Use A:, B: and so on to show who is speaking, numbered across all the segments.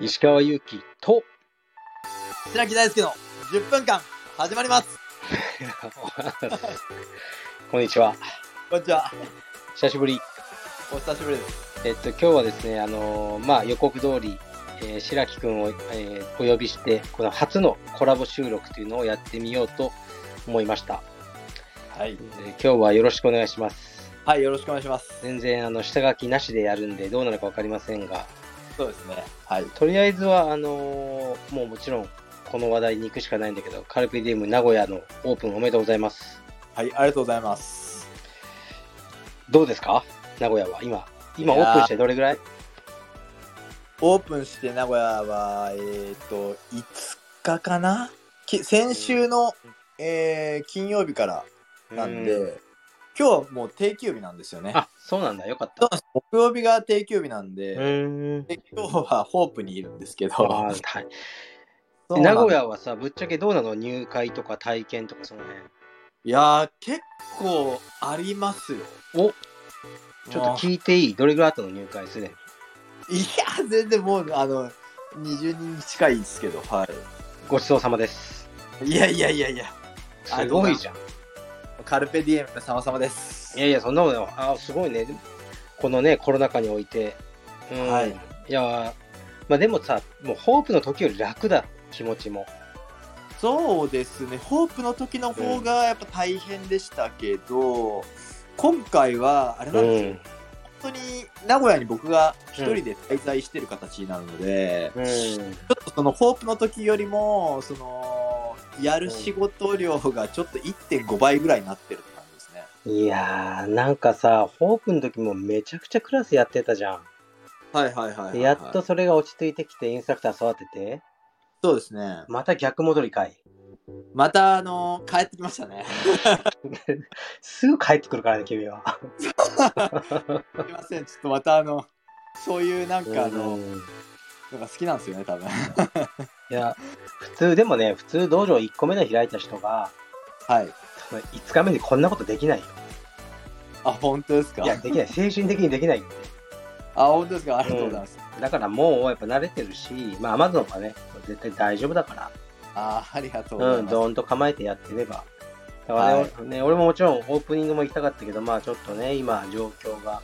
A: 石川祐希と、
B: 白木大輔の10分間始まります
A: こんにちは。
B: こんにちは
A: 久しぶり。
B: お久しぶりです
A: えっと、今日はですね、あのーまあ、予告通り、えー白木くんを、えーお呼びして、この初のコラボ収録というのをやってみようと思いました。
B: はい
A: えー今日はよろしくお願いします。
B: はいよろしくお願いします
A: 全然、あの、下書きなしでやるんで、どうなるかわかりませんが、
B: そうですねはい
A: とりあえずは、あのーもうもちろん、この話題に行くしかないんだけど、カルピディウム名古屋のオープンおめでとうございます。
B: はいありがとうございます
A: どうですか名古屋は今。今
B: い
A: オ
B: やー
A: ープンしてどれぐらい
B: オープンして名古屋はえっ、と5日かなき先週の、えー金曜日からなんで、
A: う
B: 今日はもう定休日なんですよね
A: あ、そうなんだ。よかっ
B: そう
A: た。
B: なんです木曜日が定休日なん
A: う
B: で、
A: ーん。
B: で今日はホープにいるんですけど、
A: あーはい
B: そうな
A: 名
B: ん
A: 古屋はさ、ぶっちゃけどうなの入会とか体験とかその辺。
B: いやー結構ありますよ
A: おちょっと
B: もう
A: 聞いていいどれぐらいあったの入会すでに。
B: いや、全然もう、あの、20人近いですけど、は
A: ごちそうさまです。
B: い。いやいやいやいや、
A: すごいじゃん。
B: カルペディエム様様です
A: い。やいや、そんなことないあー、すごいね。このね、コロナ禍において。うん
B: はい
A: いやー、まあでもさ、もうホープの時より楽だろ、気持ちも。
B: そうですね、ホープの時の方がやっぱ大変でしたけど、今回は、あれ
A: う
B: なんですよ、
A: ん。
B: 本当に名古屋に僕が一人で滞在してる形になるので、
A: うん。
B: ちょっとそのホープの時よりも、その、やる仕事量がちょっと1.5倍ぐらいになってるって感じですね。
A: いやー、なんかさ、ホープの時もめちゃくちゃクラスやってたじゃん。
B: はいはいはいはいはい、
A: でやっとそれが落ち着いてきて、インストラクター育てて、
B: そうですね。
A: また逆戻りかい。
B: またあの帰ってきましたね。
A: すぐ帰ってくるからね、君は。
B: すいません、ちょっとまたあの、そういうなんかあの、
A: うん
B: のが好きなんですよね、多分。
A: いや、普通、でもね、普通道場1個目で開いた人が、
B: はい。
A: その5日目にこんなことできないよ。
B: あ、本当ですか
A: いや、できない。精神的にできないよね。
B: あ、本当ですかありがとうございます。
A: だからもうやっぱ慣れてるし、まあ、アマゾンはね、絶対大丈夫だから、
B: あ、ありがとうござ
A: う
B: い
A: ん、
B: ます。
A: どーんと構えてやってれば。だからね,、ね、俺ももちろんオープニングも行きたかったけど、まあちょっとね、今、状況が、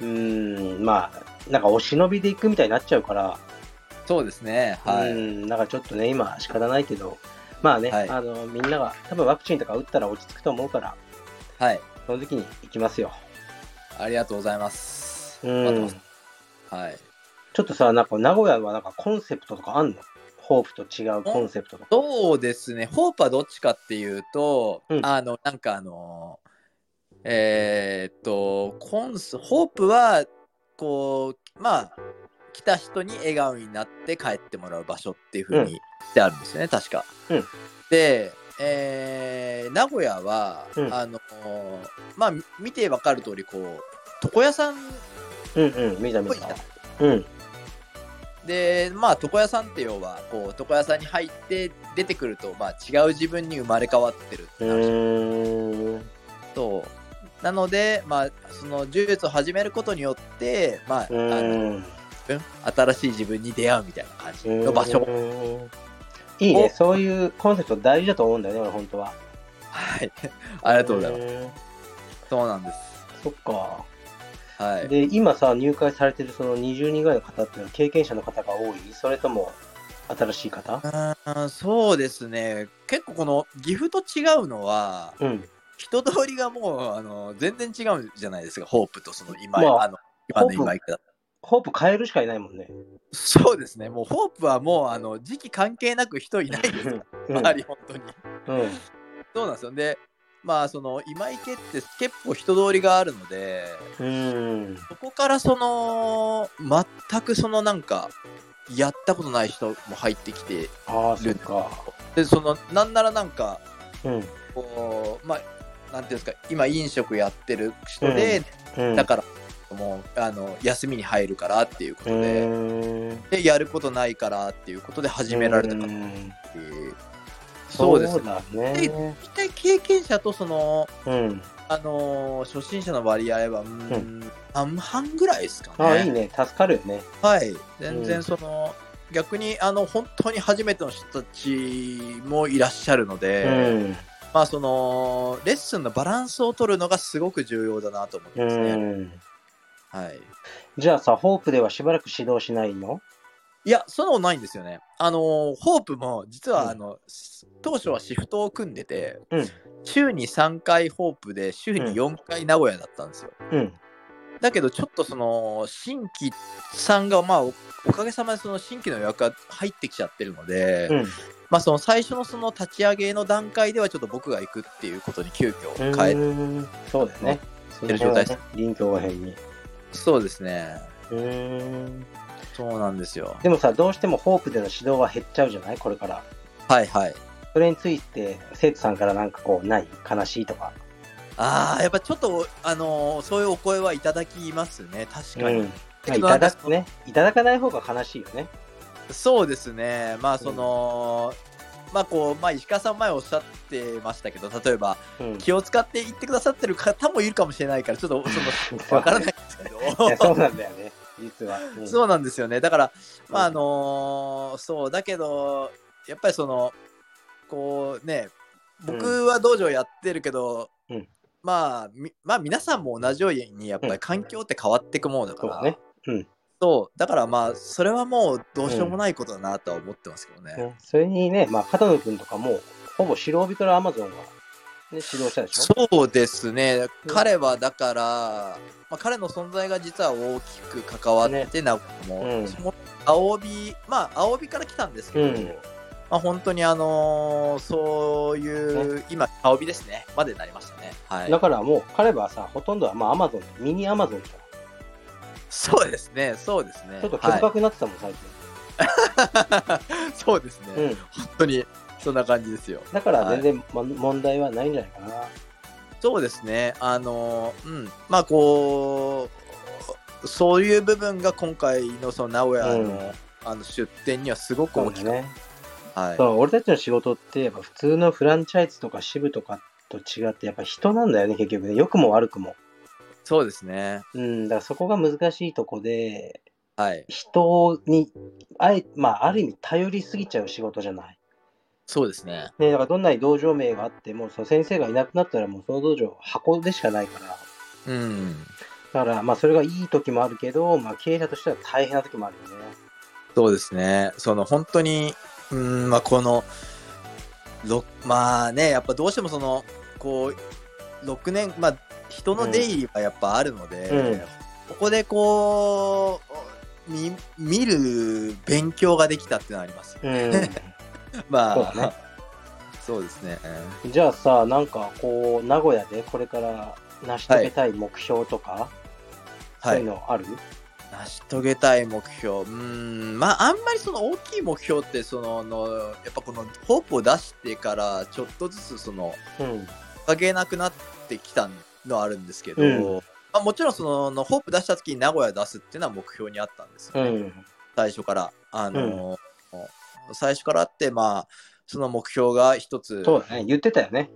A: うーん、まあ、なんかお忍びで行くみたいになっちゃうから、
B: そうですね、は
A: う
B: い。
A: ん、なんかちょっとね、今、仕方ないけど、まあね、
B: はい
A: あのみんなが、多分ワクチンとか打ったら落ち着くと思うから、
B: はい。
A: その時に行きますよ。
B: ありがとうございます。
A: う
B: 待ってま
A: ん
B: す。はい。
A: ちょっとさ、なんか名古屋はなんかコンセプトとかあんのホープと違うコンセプトとか。
B: そうですね、ホープはどっちかっていうと、
A: うん
B: あの、なんかあの、えーっと、コンス、ホープは、こう、まあ、来た人に笑顔になって帰ってもらう場所っていうふう
A: う
B: にってあるんですよね、確か。
A: うん
B: で、えー名古屋は、
A: うん
B: あの、まあ、み見てわかる通り、こう、床屋さんっ
A: うんうん、見た見
B: ぽい
A: た
B: な。
A: うん、
B: でまあ床屋さんって要はこう床屋さんに入って出てくると、まあ、違う自分に生まれ変わってるって
A: う
B: なる
A: ーん、
B: と、なのでまあその呪術を始めることによってまああ
A: う
B: の
A: ーん。
B: 自分新しい自分に出会うみたいな感じの場所
A: いいね、
B: お
A: そういうコンセプト大事だと思うんだよね、俺、本当は。
B: はい ありがとうございます
A: す。
B: そうなんです
A: そっか。
B: はい
A: で、今さ、入会されてるその20人ぐらいの方っていうのは経験者の方が多いそれとも新しい方
B: うーんそうですね結構この岐阜と違うのは
A: うん。
B: 人通りがもうあの全然違うじゃないですかホープとその今、
A: まあ
B: あ、の今
A: ホ
B: の
A: ープ
B: 今井だと
A: ホープ変えるしかいないもん ね。
B: そうですね、もうホープはもうあの時期関係なく人いない ですから、
A: うん
B: 周り、本当に。
A: うん。
B: そうなんですよ。で、まあ、その今池って結構人通りがあるので、
A: うん。
B: そこからその、全くそのなんか、やったことない人も入ってきて、
A: ああ、そっか。
B: で、その、なんならなんか、
A: うん。
B: こう、まあ、なんていうんですか、今、飲食やってる人で、
A: うん。
B: だから、もう、あの、休みに入るからっていうこと
A: う
B: で、
A: ーん
B: で、やることないからっていうことで始められた方
A: うん
B: えーそうですね。
A: だね。
B: 一体経験者とその、
A: うん。
B: あのー初心者の割合は、うーん、半々ぐらいですかね。
A: ああ、いいね。助かるよね。
B: はい。全然その、逆にあの本当に初めての人たちもいらっしゃるので、まあそのレッスンのバランスを取るのがすごく重要だなと思って
A: う
B: ますね。
A: ん。うん。
B: はい。
A: じゃあさ、ホープではしばらく指導しないの
B: いや、そんなことないんですよね。あのーホープも実
A: うん
B: はあの、当初はシフトを組んでて、
A: うん。
B: 週に3回ホープで週に4回名古屋だったんですよ。
A: うん。
B: だけどちょっとその新規さんがまあおおかげさまでその新規の予約が入ってきちゃってるので、
A: うん。
B: まあその最初のその立ち上げの段階ではちょっと僕が行くっていうことに急遽変え、
A: うんそうだよね。そ
B: てる状態です
A: ね。臨機応変に。
B: そうですね。
A: うん。
B: そうなんですよ。
A: でもさ、どうしてもホープでの指導は減っちゃうじゃないこれから。
B: はいはい。
A: それについて、生徒さんからなんかこう、ない悲しいとか。
B: ああ、やっぱちょっと、あのーそういうお声はいただきますね。確かに。
A: うん。ま
B: だ
A: あ、
B: け
A: い
B: どな
A: た
B: んか
A: だくね。いただかない方が悲しいよね。
B: そうですね。まあその、まあこう、まあ石川さん前おっしゃってましたけど、例えば
A: うん。
B: 気を使って言ってくださってる方もいるかもしれないから、ちょっとその、わからないんですけど。
A: いやそうなんだよね。実は。うん
B: そうなんですよね。だから、まあ、あのーそう、だけど、やっぱりその、こうね、僕は道場やってるけど、
A: うん
B: まあ、みまあ、皆さんも同じように、やっぱ
A: うん
B: り環境って変わっていくものだか
A: そう
B: ら、
A: だね。うん。
B: そうだからまあ、それはもうどうしようもないことだなとは思ってますけどね。
A: ねそれにね、まあ、片野君とかも、ほぼ白帯からアマゾンが、ね、指導したでしょ
B: そうですね、彼はだから、まあ、彼の存在が実は大きく関わって、なも
A: うん
B: その青帯、まあ、青帯から来たんですけど、
A: うん
B: まあ、本当にあのーそういう、今、青帯ですね、までなりましたね。は
A: だ
B: い、
A: からもう、彼はさ、ほとんどはまあアマゾン、ミニアマゾンじゃ
B: そうですね、そうですね。
A: ん。ちょっと潔白になってたもん、最
B: はい そうですね、
A: 近。うん。
B: 本当にそんな感じですよ。
A: だから全然、ま問題はないんじゃないかな。
B: そうですね、あのーうん、まあこう、そういう部分が今回のその名古屋の,、
A: うん
B: あの出店にはすごく
A: そ
B: 大
A: うだ
B: きく、
A: ね。
B: はい
A: そう俺たちの仕事って、やっぱ普通のフランチャイズとか支部とかと違って、やっぱ人なんだよね、結局ね。良くも悪くも。
B: そうですね、
A: うん、だからそこが難しいとこで、
B: はい、
A: 人に、あえ、まあ、ある意味頼りすぎちゃう仕事じゃない。
B: そうですね、
A: ね、だからどんなに道場名があっても、その先生がいなくなったらもうその道場箱でしかないから。
B: うん、
A: だから、まあそれがいい時もあるけど、まあ経営者としては大変な時もあるよね。
B: そうですね、その本当に、うん、まあこの、ろまあね、やっぱどうしてもその、こう、6年、まあ人の出入りはやっぱあるので、
A: うん
B: ここでこう、み見る勉強ができたっていうのはありますよ
A: う
B: ま
A: そうだね
B: あ、そうですね。
A: ん。じゃあさ、なんかこう、名古屋でこれから成し遂げたい目標とか、そ
B: は
A: うい
B: い。
A: うのある
B: 成し遂げたい目標。うーん、まあ、あんまりその大きい目標って、その、のやっぱこの、ホープを出してから、ちょっとずつ、その、
A: うん。
B: 掲げなくなってきたのはあるんですけど、
A: うん
B: まあ、もちろんそのの、ホープ出した時に名古屋出すっていうのは目標にあったんですよ、
A: う
B: ね
A: ん。
B: 最初から。あのー最初からあって、まあ、その目標が一つ。
A: そうだね。言ってたよね。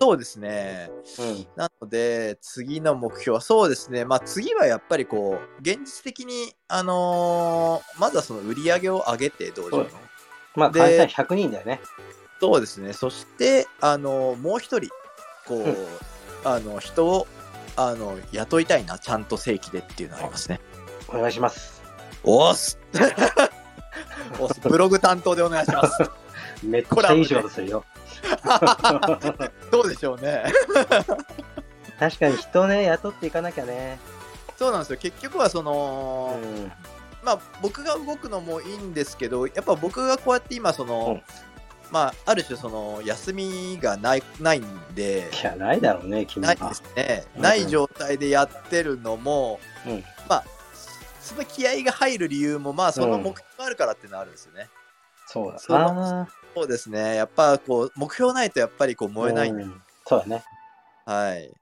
B: そうですね。
A: うん。
B: なので、次の目標は、そうですね、まあ、次はやっぱりこう、現実的に、あのーまずはその売り上げを上げて、道場の
A: そう。まあ
B: で
A: 会社員100人だよね。
B: そうですね、そして、あのーもう一人、こう、
A: うん
B: あの人をあの雇いたいな、ちゃんと正規でっていうのありますね。
A: お願いします。
B: お っすおっすブログ担当でお願い します。
A: めっちゃいい仕事するよ。
B: どうでしょうね。
A: 確かに人ね、雇っていかなきゃね。
B: そうなんですよ、結局はその、
A: うん。
B: まあ、僕が動くのもいいんですけどやっぱ僕がこうやって今その、
A: うん
B: まあ、ある種その休みがないないんで
A: いや、ないだろうね、君
B: ない
A: は
B: です。ね、
A: うん
B: ない状態でやってるのも
A: うん。
B: その気合が入る理由もまあその目標があるからっていうのはあるんですよね、
A: そうだ
B: そう
A: な。
B: そうですねやっぱこう目標ないとやっぱりこう燃えない、
A: うんそうだね。
B: はい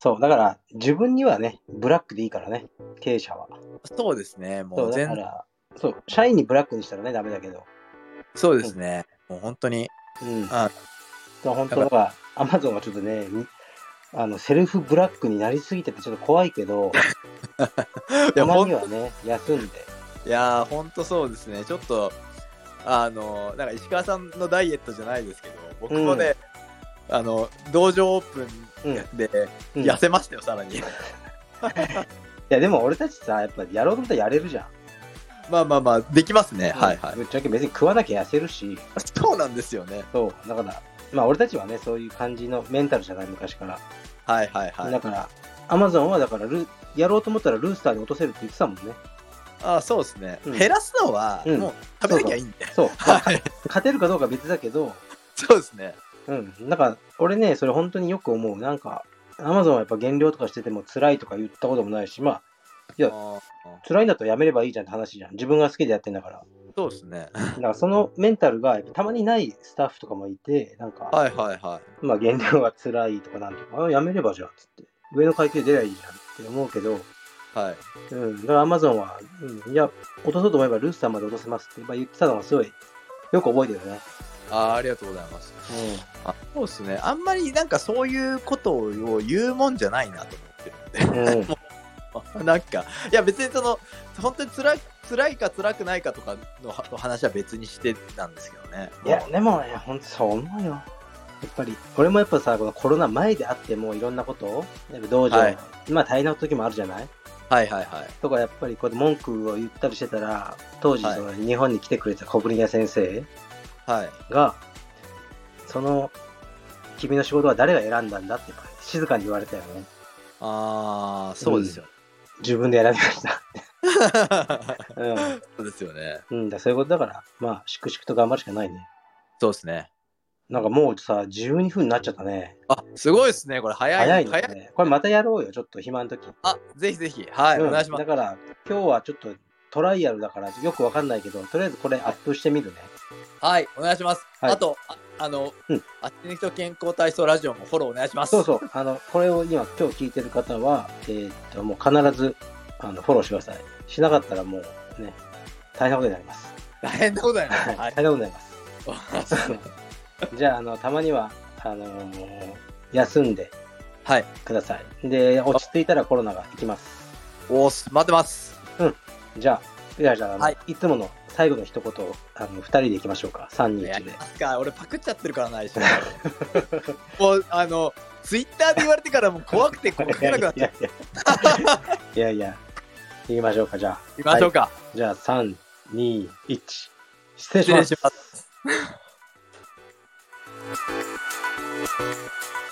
A: そう、だから自分にはね、ブラックでいいからね、経営者は。
B: そうですねも
A: そうう、だか
B: 全
A: ら、そう、社員にブラックにしたらね、ダメだけど。
B: そうですね、もう本当に
A: うん。
B: あ
A: でも本当だから、アマゾンはちょっとね、にあの、セルフブラックになりすぎててちょっと怖いけど、
B: いや
A: たま
B: ほん
A: にはね、休んで。
B: いやー、ほんとそうですね。ちょっと、あの、なんか石川さんのダイエットじゃないですけど、僕もね、あの、道場オープンで
A: うん
B: 痩せましたよ、さらに。
A: いや、でも俺たちさ、やっぱやろうと思ったらやれるじゃん。
B: まあまあまあ、できますね。はいはい。
A: ぶっちゃけ別に食わなきゃ痩せるし、
B: そうなんですよね。
A: そう、だから、まあ俺たちはね、そういう感じのメンタルじゃない、昔から。
B: はいはいは
A: だ
B: い。
A: から、アマゾンはだからル、やろうと思ったらルースターに落とせるって言ってたもんね。
B: あそうですね。
A: うん
B: 減らすのは、
A: うん
B: もう食べなきゃいいんで。
A: そう、まあ
B: はい。
A: 勝てるかどうかは別だけど、
B: そうですね。
A: うん、なんか、俺ね、それ本当によく思う。なんか、アマゾンはやっぱ減量とかしてても辛いとか言ったこともないし、まあ、いや
B: あー
A: 辛いんだったらやめればいいじゃんって話じゃん。自分が好きでやってんだから。
B: そうですね。
A: だからそのメンタルがやっぱたまにないスタッフとかもいて、なんか、
B: はいはいは
A: まあ減量は辛いとかなんとか、あやめればじゃんっつって。上の階級出りゃいいじゃんって思うけど、
B: い。は
A: う
B: い。
A: ん、だからアマゾンは、うん、いや、落とそうと思えばルースさんまで落とせますってやっぱ言ってたのがすごい、よく覚えてるね。
B: あーありがとうございます。あそうですね。あんまりなんかそういうことを言うもんじゃないなと思ってるんで。
A: うん。うん、
B: なんか、いや別にその、本当に辛い辛いか辛くないかとかのは話は別にしてたんですけどね。
A: いや、でもね、ほんとそう思うよ。やっぱり、俺もやっぱさ、このコロナ前であってもいろんなことを、やっぱ道場、
B: はい
A: まあ大変な時もあるじゃない
B: はいはいはい。
A: とかやっぱりこうやって文句を言ったりしてたら、当時その日本に来てくれた小栗屋先生
B: はい。
A: が、その、君の仕事は誰が選んだんだってやっぱ静かに言われたよね。
B: ああ、そうですよ。
A: 自分で選びました。
B: そ
A: うん。
B: うですよね。
A: うんだ、そういうことだから、まあ、粛々と頑張るしかないね。
B: そうですね。
A: なんかもうさ、12分になっちゃったね。
B: あ、すごいですね。これ早い。
A: 早いね。これまたやろうよ、ちょっと暇の時。
B: あ、ぜひぜひ。はい、
A: うん
B: お願いします
A: だ。から、今日はちょっとトライアルだから、よくわかんないけど、とりあえずこれアップしてみるね。
B: はい、お願いします。
A: はい
B: あと、ああの、
A: うん
B: あっちに人健康体操ラジオもフォローお願いします。
A: そうそう、あの、これを今、今日聞いてる方は、えーっと、もう必ず、あの、フォローしてください。しなかったらもう、ね、大変なことになります。
B: 大変なことだよね。
A: はい、
B: はい
A: 大。変なことになり ます。じゃあ、あの、たまには、あのー休んで
B: はい。
A: ください。で、落ち着いたらコロナが行きます。
B: おーす、待ってます。
A: じゃあ、じゃあ、じゃああの、
B: はい
A: い、つもの最後の一言を、あの、二人で行きましょうか。三
B: い
A: 人
B: やり
A: で。
B: ますか。俺パクっちゃってるからないし。 もう、あの、ツイッターで言われてからもう怖くて、こう書けなくなっ
A: い
B: ちゃ
A: や
B: う。
A: いや、いやいや、行きましょうか、じゃあ。
B: 行きましょうか。
A: じゃあ、3、2、1。失礼し
B: 失
A: ま
B: 礼
A: す
B: し。ます。